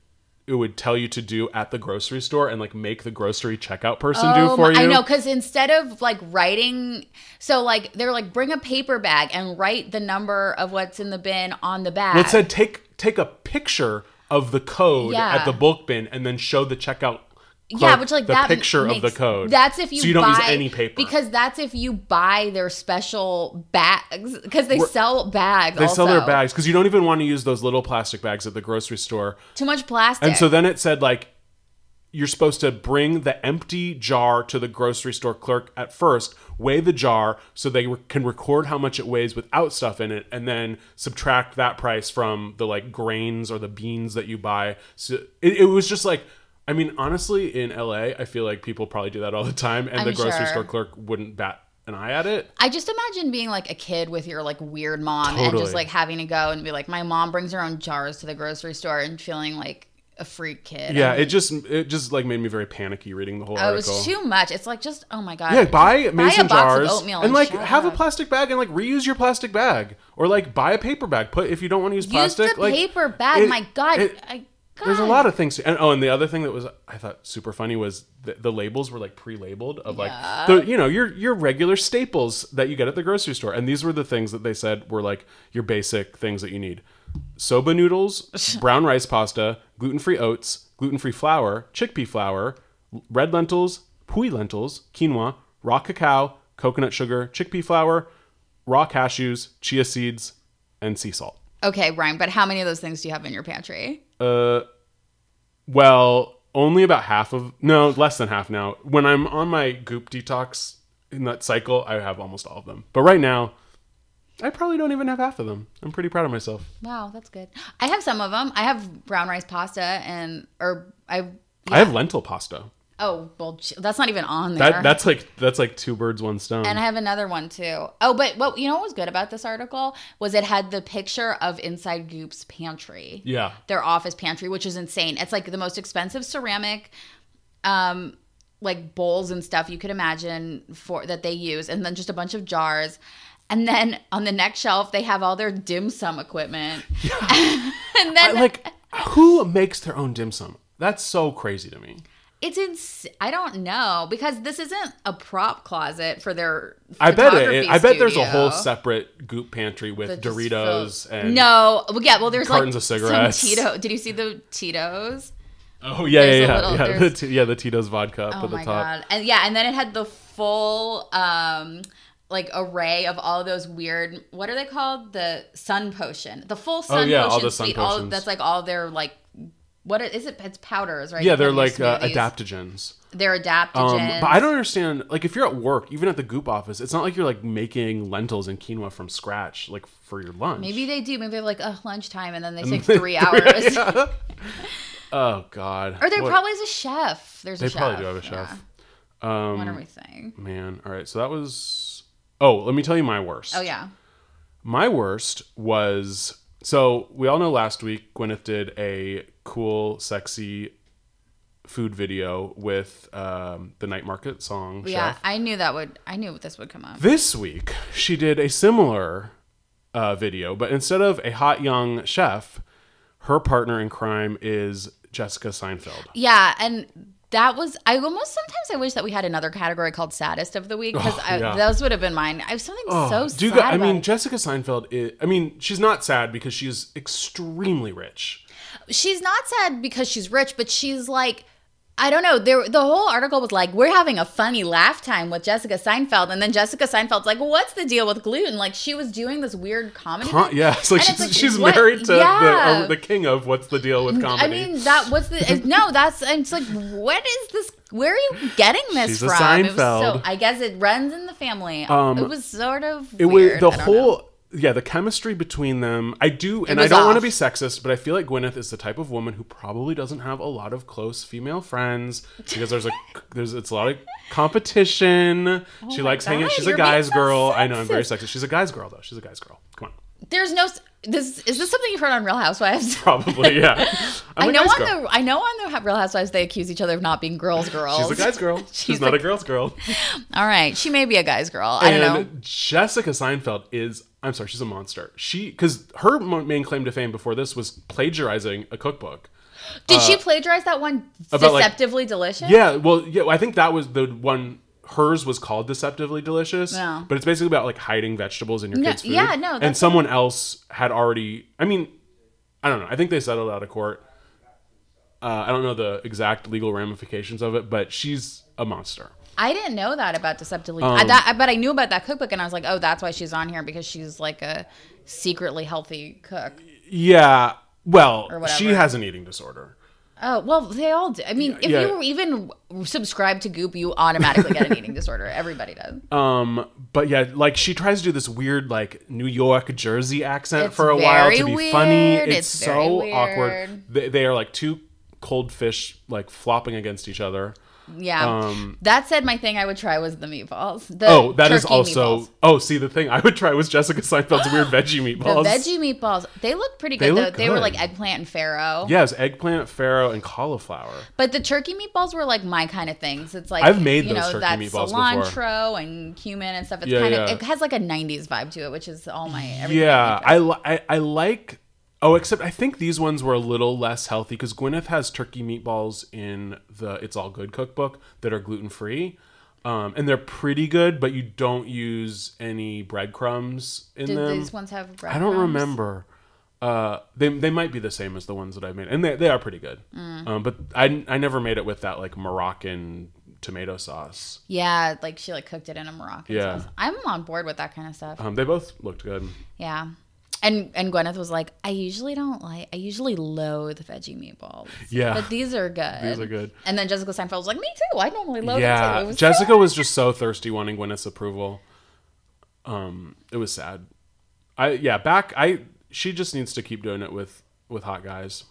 [SPEAKER 2] it would tell you to do at the grocery store and like make the grocery checkout person do
[SPEAKER 3] Oh
[SPEAKER 2] for
[SPEAKER 3] my-
[SPEAKER 2] you.
[SPEAKER 3] I know, because instead of like writing, so like they're like, bring a paper bag and write the number of what's in the bin on the bag.
[SPEAKER 2] Well, it said take take a picture of the code
[SPEAKER 3] Yeah.
[SPEAKER 2] at the bulk bin and then show the checkout.
[SPEAKER 3] yeah,
[SPEAKER 2] clerk
[SPEAKER 3] which like
[SPEAKER 2] the
[SPEAKER 3] that
[SPEAKER 2] picture
[SPEAKER 3] makes,
[SPEAKER 2] of the code.
[SPEAKER 3] That's if you
[SPEAKER 2] so you don't
[SPEAKER 3] buy,
[SPEAKER 2] use any paper
[SPEAKER 3] because that's if you buy their special bags because they sell bags.
[SPEAKER 2] they sell their
[SPEAKER 3] also.
[SPEAKER 2] bags because you don't even want to use those little plastic bags at the grocery store.
[SPEAKER 3] Too much plastic.
[SPEAKER 2] And so then it said like you're supposed to bring the empty jar to the grocery store clerk at first, weigh the jar so they re- can record how much it weighs without stuff in it, and then subtract that price from the like grains or the beans that you buy. So it, it was just like. I mean, honestly, in LA, I feel like people probably do that all the time, and the
[SPEAKER 3] I'm
[SPEAKER 2] grocery
[SPEAKER 3] sure.
[SPEAKER 2] store clerk wouldn't bat an eye at it.
[SPEAKER 3] I just imagine being like a kid with your like weird mom and
[SPEAKER 2] Totally.
[SPEAKER 3] just like having to go and be like, my mom brings her own jars to the grocery store and feeling like a freak kid.
[SPEAKER 2] Yeah, it just it just like made me very panicky reading the whole
[SPEAKER 3] Oh, it
[SPEAKER 2] article.
[SPEAKER 3] was too much. It's like just oh my god.
[SPEAKER 2] Yeah, buy
[SPEAKER 3] Just
[SPEAKER 2] mason
[SPEAKER 3] buy a box
[SPEAKER 2] jars
[SPEAKER 3] of oatmeal
[SPEAKER 2] and, like
[SPEAKER 3] shut
[SPEAKER 2] have a
[SPEAKER 3] up.
[SPEAKER 2] plastic bag and like reuse your plastic bag or like buy a paper bag. Put if you don't want to use
[SPEAKER 3] Use
[SPEAKER 2] plastic,
[SPEAKER 3] the
[SPEAKER 2] like
[SPEAKER 3] paper bag.
[SPEAKER 2] it-
[SPEAKER 3] my god.
[SPEAKER 2] it-
[SPEAKER 3] I,
[SPEAKER 2] There's a lot of things. And oh, and the other thing that was I thought super funny was the, the labels were like pre-labeled of like the you know your your regular staples that you get at the grocery store, and these were the things that they said were like your basic things that you need: soba noodles, brown rice pasta, gluten-free oats, gluten-free flour, chickpea flour, red lentils, pui lentils, quinoa, raw cacao, coconut sugar, chickpea flour, raw cashews, chia seeds, and sea salt.
[SPEAKER 3] Okay, Ryan, but how many of those things do you have in your pantry?
[SPEAKER 2] Well, only about half of no, less than half now. When I'm on my goop detox in that cycle, I have almost all of them. But right now, I probably don't even have half of them. I'm pretty proud of myself.
[SPEAKER 3] Wow, that's good. I have some of them. I have brown rice pasta and or I
[SPEAKER 2] I have lentil pasta.
[SPEAKER 3] oh well ch- that's not even on there.
[SPEAKER 2] That that's like that's like two birds one stone.
[SPEAKER 3] and I have another one too. Oh, but what you know what was good about this article was it had the picture of Inside Goop's pantry.
[SPEAKER 2] yeah.
[SPEAKER 3] their office pantry, which is insane. It's like the most expensive ceramic, um, like bowls and stuff you could imagine for that they use, and then just a bunch of jars. And then on the next shelf, they have all their dim sum equipment. and
[SPEAKER 2] I,
[SPEAKER 3] then
[SPEAKER 2] like who makes their own dim sum? That's so crazy to me.
[SPEAKER 3] it's ins I don't know because this isn't a prop closet for their.
[SPEAKER 2] I bet it,
[SPEAKER 3] photography
[SPEAKER 2] I bet there's a whole
[SPEAKER 3] studio
[SPEAKER 2] separate goop pantry with
[SPEAKER 3] that just
[SPEAKER 2] Doritos
[SPEAKER 3] fill-
[SPEAKER 2] and
[SPEAKER 3] no, well, yeah, well, there's
[SPEAKER 2] cartons
[SPEAKER 3] like
[SPEAKER 2] of cigarettes.
[SPEAKER 3] Some Tito. Did you see the Tito's?
[SPEAKER 2] Oh yeah yeah
[SPEAKER 3] there's a
[SPEAKER 2] yeah
[SPEAKER 3] little-
[SPEAKER 2] yeah the,
[SPEAKER 3] there's-
[SPEAKER 2] t- yeah the Tito's vodka up
[SPEAKER 3] Oh
[SPEAKER 2] at the
[SPEAKER 3] my
[SPEAKER 2] top.
[SPEAKER 3] god! And yeah, and then it had the full um like array of all those weird what are they called? The sun potion, the full sun
[SPEAKER 2] Oh, yeah, all
[SPEAKER 3] potion
[SPEAKER 2] the sun
[SPEAKER 3] suite. All
[SPEAKER 2] potions.
[SPEAKER 3] that's like all their like what is it? It's powders, right?
[SPEAKER 2] Yeah,
[SPEAKER 3] You put
[SPEAKER 2] they're
[SPEAKER 3] in your
[SPEAKER 2] like uh,
[SPEAKER 3] smoothies.
[SPEAKER 2] adaptogens.
[SPEAKER 3] They're adaptogens.
[SPEAKER 2] Um, but I don't understand. Like, if you're at work, even at the Goop office, it's not like you're like making lentils and quinoa from scratch, like for your lunch.
[SPEAKER 3] Maybe they do. Maybe they're like uh, lunchtime, and then they take three hours.
[SPEAKER 2] Oh God.
[SPEAKER 3] Or there
[SPEAKER 2] What-
[SPEAKER 3] probably is a chef. There's
[SPEAKER 2] They
[SPEAKER 3] a chef.
[SPEAKER 2] probably do have a chef.
[SPEAKER 3] Yeah. what are we saying?
[SPEAKER 2] Man. All right. So that was. Oh, let me tell you my worst.
[SPEAKER 3] Oh yeah.
[SPEAKER 2] My worst was so we all know last week Gwyneth did a cool, sexy food video with um, the night market song.
[SPEAKER 3] Yeah,
[SPEAKER 2] Chef.
[SPEAKER 3] I knew that would. I knew this would come up.
[SPEAKER 2] This week, she did a similar uh, video, but instead of a hot young chef, her partner in crime is Jessica Seinfeld.
[SPEAKER 3] Yeah, and that was I almost sometimes I wish that we had another category called saddest of the week because
[SPEAKER 2] Oh, yeah. Oh,
[SPEAKER 3] those would have been mine. I have something so
[SPEAKER 2] Do you
[SPEAKER 3] sad.
[SPEAKER 2] gu- I mean,
[SPEAKER 3] about
[SPEAKER 2] Jessica Seinfeld. Is, I mean, she's not sad because she's extremely rich.
[SPEAKER 3] it. she's not sad because she's rich, but she's like. I don't know. There, the whole article was like, "We're having a funny laugh time with Jessica Seinfeld," and then Jessica Seinfeld's like, "What's the deal with gluten?" Like she was doing this weird comedy.
[SPEAKER 2] Huh?
[SPEAKER 3] thing.
[SPEAKER 2] Yeah, it's like
[SPEAKER 3] And
[SPEAKER 2] she's,
[SPEAKER 3] it's like,
[SPEAKER 2] she's
[SPEAKER 3] what-
[SPEAKER 2] married to the,
[SPEAKER 3] Yeah.
[SPEAKER 2] uh, the king of what's the deal with
[SPEAKER 3] I
[SPEAKER 2] comedy.
[SPEAKER 3] mean, that what's the it- no? That's it's like, what is this? Where are you getting this
[SPEAKER 2] She's a
[SPEAKER 3] from? It was so,
[SPEAKER 2] Seinfeld. Um,
[SPEAKER 3] I guess it runs in the family. it was sort of
[SPEAKER 2] it
[SPEAKER 3] weird.
[SPEAKER 2] was the
[SPEAKER 3] I don't
[SPEAKER 2] whole
[SPEAKER 3] know.
[SPEAKER 2] yeah the chemistry between them i do and i
[SPEAKER 3] was
[SPEAKER 2] don't want to
[SPEAKER 3] off.
[SPEAKER 2] be sexist but i feel like gwyneth is the type of woman who probably doesn't have a lot of close female friends because there's a there's it's a lot of competition she likes hanging
[SPEAKER 3] Oh God,
[SPEAKER 2] she's
[SPEAKER 3] you're
[SPEAKER 2] a
[SPEAKER 3] being
[SPEAKER 2] guy's
[SPEAKER 3] so
[SPEAKER 2] girl i know i'm very
[SPEAKER 3] sexist.
[SPEAKER 2] sexist she's a guy's girl though she's a guy's girl come on
[SPEAKER 3] There's no. s- This is this something you've heard on Real Housewives.
[SPEAKER 2] probably yeah I'm
[SPEAKER 3] I
[SPEAKER 2] a
[SPEAKER 3] know
[SPEAKER 2] guy's
[SPEAKER 3] on
[SPEAKER 2] girl.
[SPEAKER 3] the I know on the Real Housewives they accuse each other of not being girls girls.
[SPEAKER 2] She's a guy's girl. She's, not a girl's girl.
[SPEAKER 3] All right, she may be a guy's girl. I don't know.
[SPEAKER 2] and Jessica Seinfeld is, I'm sorry, she's a monster. She, because her mo- main claim to fame before this was plagiarizing a cookbook.
[SPEAKER 3] Did she plagiarize that one
[SPEAKER 2] uh, about, like-
[SPEAKER 3] deceptively delicious?
[SPEAKER 2] Yeah, well, yeah, I think that was the one. Hers was called deceptively delicious,
[SPEAKER 3] Yeah.
[SPEAKER 2] but it's basically about like hiding vegetables in your
[SPEAKER 3] No,
[SPEAKER 2] kids' food.
[SPEAKER 3] yeah, no,
[SPEAKER 2] and
[SPEAKER 3] that's-
[SPEAKER 2] someone else had already. I mean, I don't know. I think they settled out of court. Uh, I don't know the exact legal ramifications of it, but she's a monster.
[SPEAKER 3] I didn't know that about deceptively.
[SPEAKER 2] Oh.
[SPEAKER 3] I, that, I, but I knew about that cookbook, and I was like, oh, that's why she's on here because she's like a secretly healthy cook.
[SPEAKER 2] Yeah, well,
[SPEAKER 3] whatever.
[SPEAKER 2] she has an eating disorder.
[SPEAKER 3] Oh well, they all do. I mean, if
[SPEAKER 2] yeah.
[SPEAKER 3] you even subscribe to Goop, you automatically get an eating disorder. Everybody does.
[SPEAKER 2] Uh, But yeah, like she tries to do this weird like New York Jersey accent
[SPEAKER 3] It's
[SPEAKER 2] for a while
[SPEAKER 3] very
[SPEAKER 2] to be funny.
[SPEAKER 3] weird.
[SPEAKER 2] It's,
[SPEAKER 3] It's very
[SPEAKER 2] so
[SPEAKER 3] weird.
[SPEAKER 2] awkward. They, they are like two cold fish like flopping against each other.
[SPEAKER 3] Yeah. that said, my thing I would try was the meatballs. The
[SPEAKER 2] um, Oh, that is
[SPEAKER 3] turkey
[SPEAKER 2] also.
[SPEAKER 3] meatballs.
[SPEAKER 2] Oh, see, the thing I would try was Jessica Seinfeld's weird veggie
[SPEAKER 3] the
[SPEAKER 2] meatballs.
[SPEAKER 3] veggie meatballs. They look pretty
[SPEAKER 2] They
[SPEAKER 3] good though.
[SPEAKER 2] look
[SPEAKER 3] They were
[SPEAKER 2] good.
[SPEAKER 3] like eggplant and farro.
[SPEAKER 2] Yes, eggplant, farro, and cauliflower.
[SPEAKER 3] But the turkey meatballs were like my kind of things. It's like
[SPEAKER 2] I've made
[SPEAKER 3] you
[SPEAKER 2] those
[SPEAKER 3] know
[SPEAKER 2] turkey
[SPEAKER 3] that
[SPEAKER 2] meatballs
[SPEAKER 3] cilantro
[SPEAKER 2] before.
[SPEAKER 3] and cumin and stuff. It's
[SPEAKER 2] Yeah,
[SPEAKER 3] kind of
[SPEAKER 2] yeah.
[SPEAKER 3] it has like a '90s vibe to it, which is all my everything.
[SPEAKER 2] Yeah, I, li- I I like Oh, except I think these ones were a little less healthy because Gwyneth has turkey meatballs in the It's All Good cookbook that are gluten free. Um, and they're pretty good, but you don't use any breadcrumbs in
[SPEAKER 3] Did
[SPEAKER 2] them.
[SPEAKER 3] these ones have breadcrumbs?
[SPEAKER 2] I don't remember. Uh, they they might be the same as the ones that I made, and they they are pretty good.
[SPEAKER 3] Mm.
[SPEAKER 2] Um, but I I never made it with that like Moroccan tomato sauce.
[SPEAKER 3] Yeah, like she like cooked it in a Moroccan
[SPEAKER 2] Yeah.
[SPEAKER 3] sauce. I'm on board with that kind of stuff.
[SPEAKER 2] Um, they both looked good.
[SPEAKER 3] Yeah. And and Gwyneth was like, I usually don't like I usually loathe veggie meatballs.
[SPEAKER 2] Yeah.
[SPEAKER 3] But these are good.
[SPEAKER 2] These are good.
[SPEAKER 3] And then Jessica Seinfeld was like, Me too. I normally loathe them too. Oh, It
[SPEAKER 2] yeah,
[SPEAKER 3] was
[SPEAKER 2] Jessica was just so thirsty wanting Gwyneth's approval. Um, it was sad. I yeah, back I she just needs to keep doing it with with hot guys.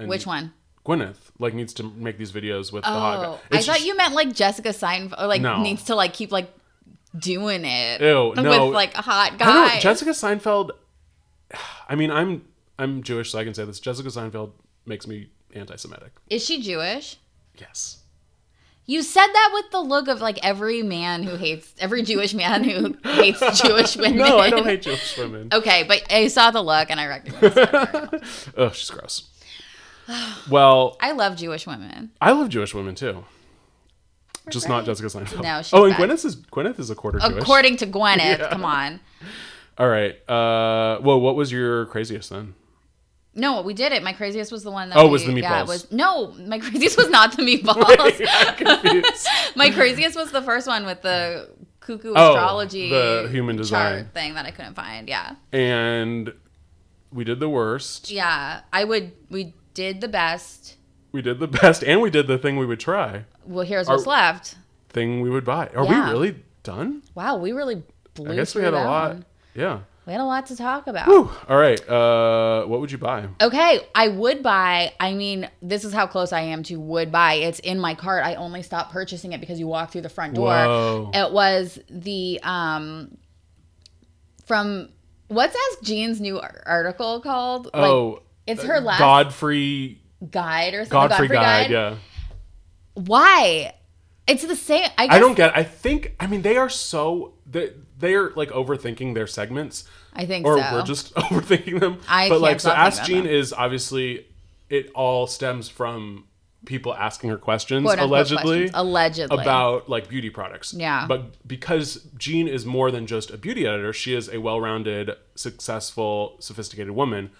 [SPEAKER 2] And
[SPEAKER 3] Which one?
[SPEAKER 2] Gwyneth like needs to make these videos with the hot guy.
[SPEAKER 3] Oh, I thought you meant like Jessica Seinfeld or like
[SPEAKER 2] No.
[SPEAKER 3] needs to like keep like doing it.
[SPEAKER 2] Ew,
[SPEAKER 3] with
[SPEAKER 2] no.
[SPEAKER 3] like a hot
[SPEAKER 2] I don't know,
[SPEAKER 3] guy.
[SPEAKER 2] Jessica Seinfeld. I mean, I'm I'm Jewish, so I can say this. Jessica Seinfeld makes me anti-Semitic.
[SPEAKER 3] Is she Jewish?
[SPEAKER 2] Yes.
[SPEAKER 3] You said that with the look of like every man who hates every Jewish man who hates Jewish women.
[SPEAKER 2] No, Oh, I don't hate Jewish women.
[SPEAKER 3] Okay, but I saw the look and I recognized. it.
[SPEAKER 2] Oh, she's gross. Well,
[SPEAKER 3] I love Jewish women.
[SPEAKER 2] I love Jewish women too. Just not Jessica Seinfeld.
[SPEAKER 3] No, she's
[SPEAKER 2] oh, and
[SPEAKER 3] bad.
[SPEAKER 2] Gwyneth is Gwyneth is a quarter Jewish.
[SPEAKER 3] According to Gwyneth, come on.
[SPEAKER 2] All right. Uh, well, what was your craziest then?
[SPEAKER 3] No, we did it. My craziest was the one that.
[SPEAKER 2] Oh,
[SPEAKER 3] we,
[SPEAKER 2] was the
[SPEAKER 3] Yeah,
[SPEAKER 2] meatballs.
[SPEAKER 3] it was no. My craziest was not the meatballs.
[SPEAKER 2] Confused.
[SPEAKER 3] my craziest was the first one with the cuckoo
[SPEAKER 2] Oh,
[SPEAKER 3] astrology,
[SPEAKER 2] the human design.
[SPEAKER 3] chart thing that I couldn't find. Yeah,
[SPEAKER 2] and we did the worst.
[SPEAKER 3] yeah. I would. We did the best.
[SPEAKER 2] We did the best, and we did the thing we would try,
[SPEAKER 3] Well, here's
[SPEAKER 2] Are-
[SPEAKER 3] what's left.
[SPEAKER 2] thing we would buy. Are
[SPEAKER 3] Yeah.
[SPEAKER 2] we really done?
[SPEAKER 3] Wow, we really blew.
[SPEAKER 2] I guess we
[SPEAKER 3] through
[SPEAKER 2] had a
[SPEAKER 3] that
[SPEAKER 2] lot.
[SPEAKER 3] one.
[SPEAKER 2] Yeah.
[SPEAKER 3] We had a lot to talk about.
[SPEAKER 2] Whew. All right. Uh, what would you buy?
[SPEAKER 3] Okay, I would buy. I mean, this is how close I am to would buy. It's in my cart. I only stopped purchasing it because you walk through the front door.
[SPEAKER 2] Whoa.
[SPEAKER 3] It was the um from what's Ask Jean's new ar- article called?
[SPEAKER 2] oh,
[SPEAKER 3] it's her last Oh,
[SPEAKER 2] Godfrey.
[SPEAKER 3] guide or something.
[SPEAKER 2] Godfrey, guide. Yeah.
[SPEAKER 3] Why? It's the same. I, guess,
[SPEAKER 2] I don't get. I think. I mean, they are so they they're like overthinking their segments,
[SPEAKER 3] I think
[SPEAKER 2] or
[SPEAKER 3] so.
[SPEAKER 2] we're just overthinking them.
[SPEAKER 3] I
[SPEAKER 2] but
[SPEAKER 3] can't
[SPEAKER 2] like, so
[SPEAKER 3] stop thinking
[SPEAKER 2] Ask
[SPEAKER 3] about
[SPEAKER 2] Jean
[SPEAKER 3] them.
[SPEAKER 2] is obviously it all stems from people asking her questions
[SPEAKER 3] Quote-unquote
[SPEAKER 2] allegedly
[SPEAKER 3] questions. Allegedly.
[SPEAKER 2] about like beauty products.
[SPEAKER 3] Yeah.
[SPEAKER 2] But because Jean is more than just a beauty editor, she is a well-rounded, successful, sophisticated woman.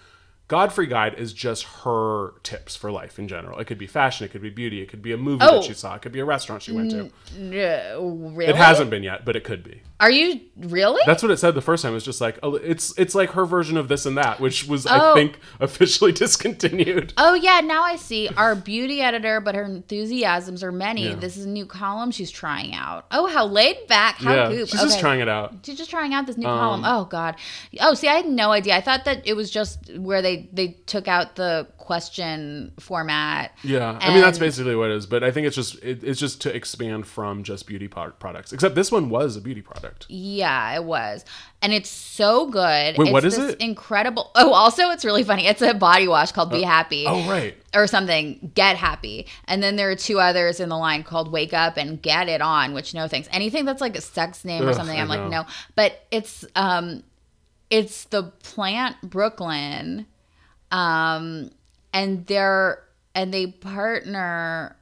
[SPEAKER 2] Godfrey Guide is just her tips for life in general. It could be fashion, it could be beauty, it could be a movie
[SPEAKER 3] Oh. Mm,
[SPEAKER 2] that she saw, it could be a restaurant she went to.
[SPEAKER 3] No, really?
[SPEAKER 2] It hasn't been yet, but it could be.
[SPEAKER 3] Are you really?
[SPEAKER 2] That's what it said the first time. It's just like oh, it's it's like her version of this and that, which was I
[SPEAKER 3] Oh.
[SPEAKER 2] think officially discontinued.
[SPEAKER 3] Oh yeah, now I see. Our beauty editor, but her enthusiasms are many. This is a new column she's trying out. Oh, how laid back, how
[SPEAKER 2] yeah,
[SPEAKER 3] goop.
[SPEAKER 2] she's just
[SPEAKER 3] Okay.
[SPEAKER 2] trying Um, it out.
[SPEAKER 3] She's just trying out this new column. Oh God. Oh, see, I had no idea. I thought that it was just where they they took out the question format.
[SPEAKER 2] Yeah, I mean that's
[SPEAKER 3] And-
[SPEAKER 2] basically what it is. But I think it's just it, it's just to expand from just beauty pro- products. Except this one was a beauty product.
[SPEAKER 3] Yeah, it was. And it's so good.
[SPEAKER 2] Wait,
[SPEAKER 3] it's
[SPEAKER 2] what is
[SPEAKER 3] this
[SPEAKER 2] it?
[SPEAKER 3] Incredible. Oh, also, it's really funny. It's a body wash called Be Happy.
[SPEAKER 2] Oh right,
[SPEAKER 3] or something get happy and then there are two others in the line called wake up and get it on which no thanks anything that's like a sex name or
[SPEAKER 2] Ugh,
[SPEAKER 3] something
[SPEAKER 2] I
[SPEAKER 3] i'm like
[SPEAKER 2] know.
[SPEAKER 3] no but it's um it's the plant brooklyn um and they're and they partner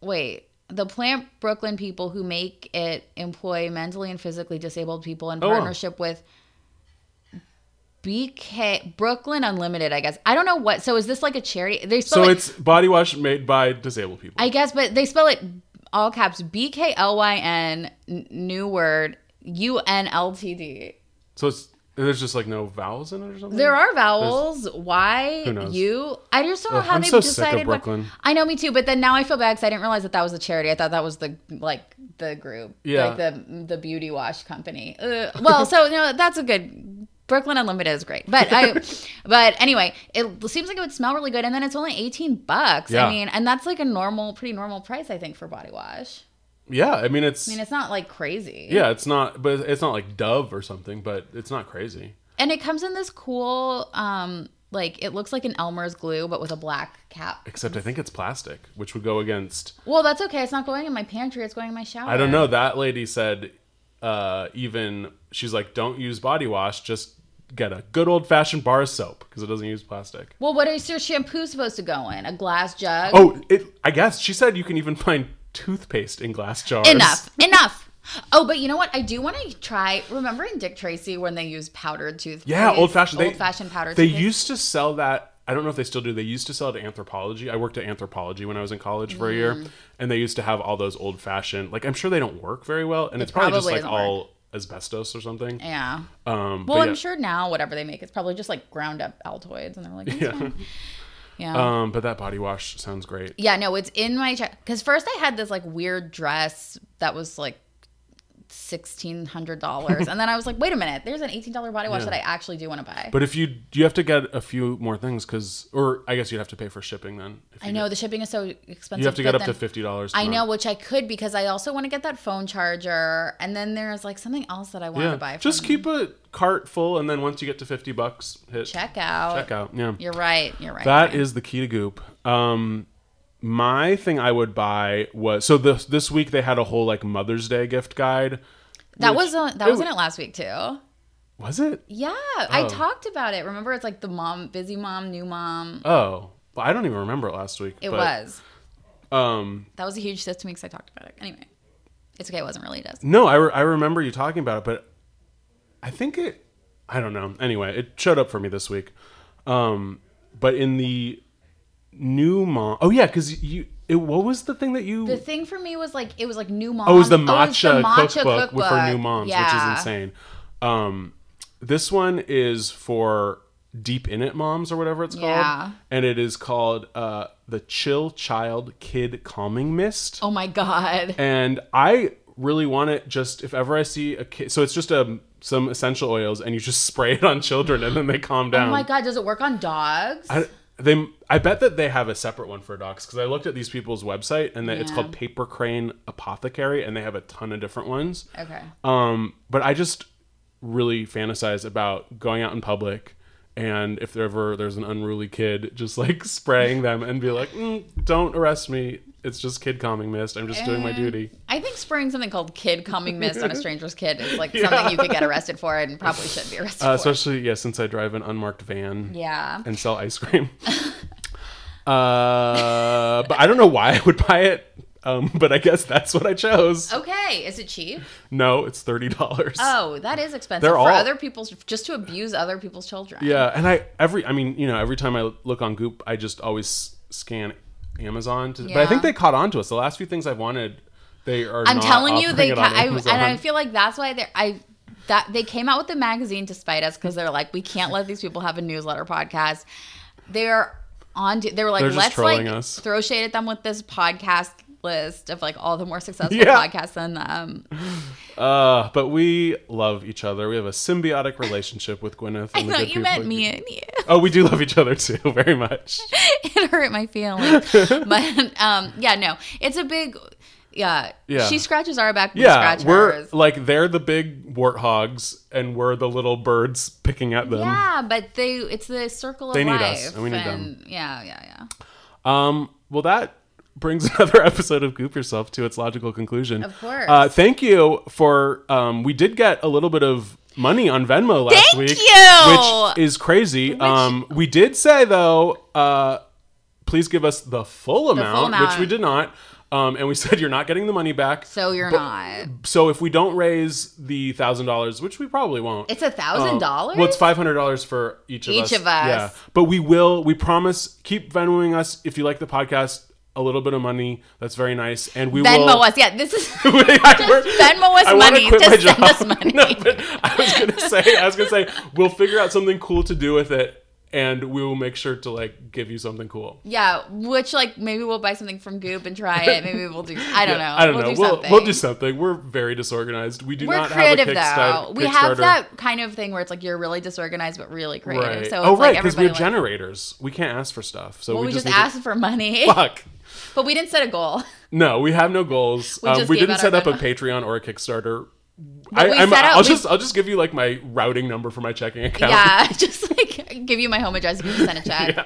[SPEAKER 3] wait the plant brooklyn people who make it employ mentally and physically disabled people in
[SPEAKER 2] Oh, wow.
[SPEAKER 3] partnership with BK Brooklyn Unlimited, I guess. I don't know what. So is this like a charity? They spell
[SPEAKER 2] so
[SPEAKER 3] it,
[SPEAKER 2] it's body wash made by disabled people.
[SPEAKER 3] I guess, but they spell it all caps B K L Y N n- new word U N L T D.
[SPEAKER 2] so it's there's just like no vowels in it or something.
[SPEAKER 3] There are vowels. Why
[SPEAKER 2] knows?
[SPEAKER 3] you? I just don't know
[SPEAKER 2] Ugh,
[SPEAKER 3] how
[SPEAKER 2] I'm
[SPEAKER 3] they
[SPEAKER 2] so sick of
[SPEAKER 3] decided. what-
[SPEAKER 2] Brooklyn.
[SPEAKER 3] I know, me too. But then now I feel bad because I didn't realize that that was a charity. I thought that was the like the group,
[SPEAKER 2] Yeah.
[SPEAKER 3] like the the beauty wash company. Uh, well, so no, that's a good. Brooklyn Unlimited is great, but I, but anyway, it seems like it would smell really good, and then it's only eighteen bucks.
[SPEAKER 2] Yeah.
[SPEAKER 3] I mean, and that's like a normal, pretty normal price, I think, for body wash.
[SPEAKER 2] Yeah, I mean it's,
[SPEAKER 3] I mean, it's not like crazy.
[SPEAKER 2] yeah, it's not, but it's not like Dove or something. But it's not crazy.
[SPEAKER 3] And it comes in this cool, um, like it looks like an Elmer's glue, but with a black cap.
[SPEAKER 2] Except I think it's plastic, which would go against.
[SPEAKER 3] Well, that's okay. It's not going in my pantry. It's going in my shower.
[SPEAKER 2] I don't know. That lady said, uh, even she's like, don't use body wash, just get a good old fashioned bar of soap because it doesn't use plastic.
[SPEAKER 3] Well, what is your shampoo supposed to go in? A glass jug?
[SPEAKER 2] Oh, it. I guess she said you can even find toothpaste in glass jars.
[SPEAKER 3] Enough. Enough. Oh, but you know what? I do want to try. Remember in Dick Tracy when they used powdered toothpaste?
[SPEAKER 2] Yeah, old fashioned.
[SPEAKER 3] Old fashioned powdered
[SPEAKER 2] They
[SPEAKER 3] toothpaste?
[SPEAKER 2] used to sell that. I don't know if they still do. They used to sell it to anthropology. I worked at anthropology when I was in college for a year,
[SPEAKER 3] Mm.
[SPEAKER 2] and they used to have all those old fashioned. Like I'm sure they don't work very well, and it's probably,
[SPEAKER 3] probably
[SPEAKER 2] just like
[SPEAKER 3] doesn't work.
[SPEAKER 2] all asbestos or something.
[SPEAKER 3] Yeah.
[SPEAKER 2] Um,
[SPEAKER 3] well,
[SPEAKER 2] but
[SPEAKER 3] I'm
[SPEAKER 2] yeah.
[SPEAKER 3] sure now whatever they make, it's probably just like ground up Altoids, and they're like, yeah, yeah.
[SPEAKER 2] Um, but that body wash sounds great.
[SPEAKER 3] yeah. No, it's in my check because first I had this like weird dress that was like sixteen hundred dollars, and then I was like, wait a minute, there's an eighteen dollar body wash that I actually do want to buy.
[SPEAKER 2] But if you you have to get a few more things because, or I guess you'd have to pay for shipping then. If you
[SPEAKER 3] I know the shipping is so expensive.
[SPEAKER 2] you have to
[SPEAKER 3] but
[SPEAKER 2] get up to
[SPEAKER 3] then-
[SPEAKER 2] fifty dollars.
[SPEAKER 3] I know, which I could because I also want to get that phone charger, and then there's like something else that I wanted to buy. From
[SPEAKER 2] just keep a cart full, and then once you get to fifty bucks, hit
[SPEAKER 3] check out.
[SPEAKER 2] Check out. Yeah,
[SPEAKER 3] You're right. You're right.
[SPEAKER 2] that is the key to Goop. Um, my thing I would buy was so this this week they had a whole like Mother's Day gift guide.
[SPEAKER 3] that was on, that was in it last week too.
[SPEAKER 2] Was it?
[SPEAKER 3] Yeah,
[SPEAKER 2] Oh.
[SPEAKER 3] I talked about it. Remember, it's like the mom, busy mom, new mom.
[SPEAKER 2] Oh, but I don't even remember it last week.
[SPEAKER 3] It
[SPEAKER 2] but,
[SPEAKER 3] was.
[SPEAKER 2] Um,
[SPEAKER 3] That was a huge shift to me because I talked about it. Anyway, it's okay. It wasn't really a diss.
[SPEAKER 2] No, I, re- I remember you talking about it, but I think it. I don't know. Anyway, it showed up for me this week. Um, but in the new mom, oh yeah, because you, it, what was the thing that you?
[SPEAKER 3] The thing for me was like it was like new mom.
[SPEAKER 2] oh, it was the
[SPEAKER 3] it was the
[SPEAKER 2] matcha,
[SPEAKER 3] matcha
[SPEAKER 2] cookbook, with for new
[SPEAKER 3] cookbook.
[SPEAKER 2] moms,
[SPEAKER 3] Yeah.
[SPEAKER 2] which is insane. Um, this one is for deep in it moms or whatever it's called,
[SPEAKER 3] Yeah.
[SPEAKER 2] and it is called uh, the Chill Child Kid Calming Mist
[SPEAKER 3] Oh my god.
[SPEAKER 2] and I really want it just if ever I see a kid. So it's just um some essential oils, and you just spray it on children, and then they calm down.
[SPEAKER 3] Oh my god. Does it work on dogs?
[SPEAKER 2] I, they, I bet that they have a separate one for dogs because I looked at these people's website, and that it's called Paper Crane Apothecary, and they have a ton of different ones.
[SPEAKER 3] okay.
[SPEAKER 2] Um, but I just really fantasize about going out in public. And if there ever there's an unruly kid, just like spraying them and be like, mm, "Don't arrest me. It's just kid calming mist. I'm just doing my duty."
[SPEAKER 3] I think spraying something called kid calming mist on a stranger's kid is like something you could get arrested for and probably should be arrested
[SPEAKER 2] Uh,
[SPEAKER 3] for.
[SPEAKER 2] especially yeah, since I drive an unmarked van
[SPEAKER 3] Yeah.
[SPEAKER 2] and sell ice cream. uh, but I don't know why I would buy it. Um, but I guess that's what I chose.
[SPEAKER 3] Okay. Is it cheap?
[SPEAKER 2] No, it's thirty dollars.
[SPEAKER 3] Oh, that is expensive
[SPEAKER 2] They're
[SPEAKER 3] for
[SPEAKER 2] all-
[SPEAKER 3] other people's just to abuse other people's children.
[SPEAKER 2] Yeah, and I every I mean you know every time I look on Goop, I just always scan Amazon. To, But I
[SPEAKER 3] Yeah.
[SPEAKER 2] think they caught on to us. The last few things I've wanted, they are.
[SPEAKER 3] I'm
[SPEAKER 2] not
[SPEAKER 3] telling you,
[SPEAKER 2] offering
[SPEAKER 3] they
[SPEAKER 2] it
[SPEAKER 3] ca-
[SPEAKER 2] on
[SPEAKER 3] I, and
[SPEAKER 2] Amazon.
[SPEAKER 3] I feel like that's why they I that they came out with the magazine to spite us because they're like, we can't let these people have a newsletter podcast. They're on. to- They were like,
[SPEAKER 2] They're just
[SPEAKER 3] let's like
[SPEAKER 2] trolling us."
[SPEAKER 3] throw shade at them with this podcast list of like all the more successful
[SPEAKER 2] Yeah.
[SPEAKER 3] podcasts than um, them.
[SPEAKER 2] Uh, but we love each other. We have a symbiotic relationship with Gwyneth.
[SPEAKER 3] I
[SPEAKER 2] and the
[SPEAKER 3] thought
[SPEAKER 2] good
[SPEAKER 3] you
[SPEAKER 2] people
[SPEAKER 3] meant
[SPEAKER 2] at
[SPEAKER 3] me
[SPEAKER 2] Goop.
[SPEAKER 3] and you.
[SPEAKER 2] Oh, we do love each other too, very much.
[SPEAKER 3] it hurt my feelings. but um, yeah, no, it's a big. Yeah,
[SPEAKER 2] Yeah.
[SPEAKER 3] She scratches our back. We
[SPEAKER 2] Yeah,
[SPEAKER 3] scratch
[SPEAKER 2] we're
[SPEAKER 3] hers.
[SPEAKER 2] like they're the big warthogs, and we're the little birds picking at them.
[SPEAKER 3] yeah, but they it's the circle of
[SPEAKER 2] They need
[SPEAKER 3] life.
[SPEAKER 2] us, and we need them.
[SPEAKER 3] Yeah, yeah, yeah.
[SPEAKER 2] Um, well, that brings another episode of Goop Yourself to its logical conclusion. Of
[SPEAKER 3] course.
[SPEAKER 2] Uh, thank you for. Um, we did get a little bit of money on Venmo last
[SPEAKER 3] Thank
[SPEAKER 2] week,
[SPEAKER 3] you!
[SPEAKER 2] which is crazy. um, we did say though, uh, please give us the full amount, which
[SPEAKER 3] amount.
[SPEAKER 2] we did not. Um, and we said you're not getting the money back.
[SPEAKER 3] So you're
[SPEAKER 2] But-
[SPEAKER 3] not.
[SPEAKER 2] So if we don't raise the thousand dollars, which we probably won't,
[SPEAKER 3] It's a
[SPEAKER 2] oh,
[SPEAKER 3] thousand dollars.
[SPEAKER 2] Well, it's five hundred dollars for each of
[SPEAKER 3] Each
[SPEAKER 2] us.
[SPEAKER 3] of us.
[SPEAKER 2] Yeah, but we will. We promise. Keep Venmoing us if you like the podcast. A little bit of money. That's very nice, and we
[SPEAKER 3] Venmo
[SPEAKER 2] will.
[SPEAKER 3] us. Yeah, this is
[SPEAKER 2] Venmo
[SPEAKER 3] Venmo us money. Just send us money.
[SPEAKER 2] no, but I was gonna say, I was gonna say, we'll figure out something cool to do with it, and we will make sure to like give you something cool.
[SPEAKER 3] yeah. Which like maybe we'll buy something from Goop and try it. Maybe we'll do. I don't know.
[SPEAKER 2] I don't know.
[SPEAKER 3] Do
[SPEAKER 2] we'll
[SPEAKER 3] something.
[SPEAKER 2] we'll do something. We're very disorganized. We do
[SPEAKER 3] We're
[SPEAKER 2] not
[SPEAKER 3] creative
[SPEAKER 2] have a Kickstar-
[SPEAKER 3] though. We have
[SPEAKER 2] Kickstarter.
[SPEAKER 3] that kind of thing where it's like you're really disorganized but really creative.
[SPEAKER 2] Right.
[SPEAKER 3] So it's
[SPEAKER 2] oh,
[SPEAKER 3] like
[SPEAKER 2] right, because
[SPEAKER 3] everybody
[SPEAKER 2] we're
[SPEAKER 3] like,
[SPEAKER 2] generators. We can't ask for stuff, so
[SPEAKER 3] Well,
[SPEAKER 2] we,
[SPEAKER 3] we, just,
[SPEAKER 2] need to-
[SPEAKER 3] asked for money,
[SPEAKER 2] Fuck.
[SPEAKER 3] but we didn't set a goal.
[SPEAKER 2] No, we have no goals. We, um,
[SPEAKER 3] just
[SPEAKER 2] we
[SPEAKER 3] gave
[SPEAKER 2] didn't
[SPEAKER 3] out
[SPEAKER 2] set
[SPEAKER 3] our
[SPEAKER 2] up a
[SPEAKER 3] Venmo.
[SPEAKER 2] Patreon or a Kickstarter. I,
[SPEAKER 3] we
[SPEAKER 2] I'm,
[SPEAKER 3] set out-
[SPEAKER 2] I'll
[SPEAKER 3] we-
[SPEAKER 2] just I'll just give you like my routing number for my checking account.
[SPEAKER 3] Yeah, just like give you my home address, you can send a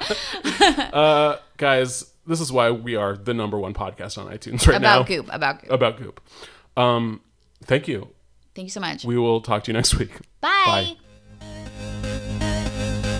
[SPEAKER 3] check.
[SPEAKER 2] Uh, guys, this is why we are the number one podcast on iTunes right now
[SPEAKER 3] About Goop, about Goop.
[SPEAKER 2] about Goop. Um, thank you.
[SPEAKER 3] Thank you so much.
[SPEAKER 2] We will talk to you next week.
[SPEAKER 3] Bye.
[SPEAKER 2] Bye.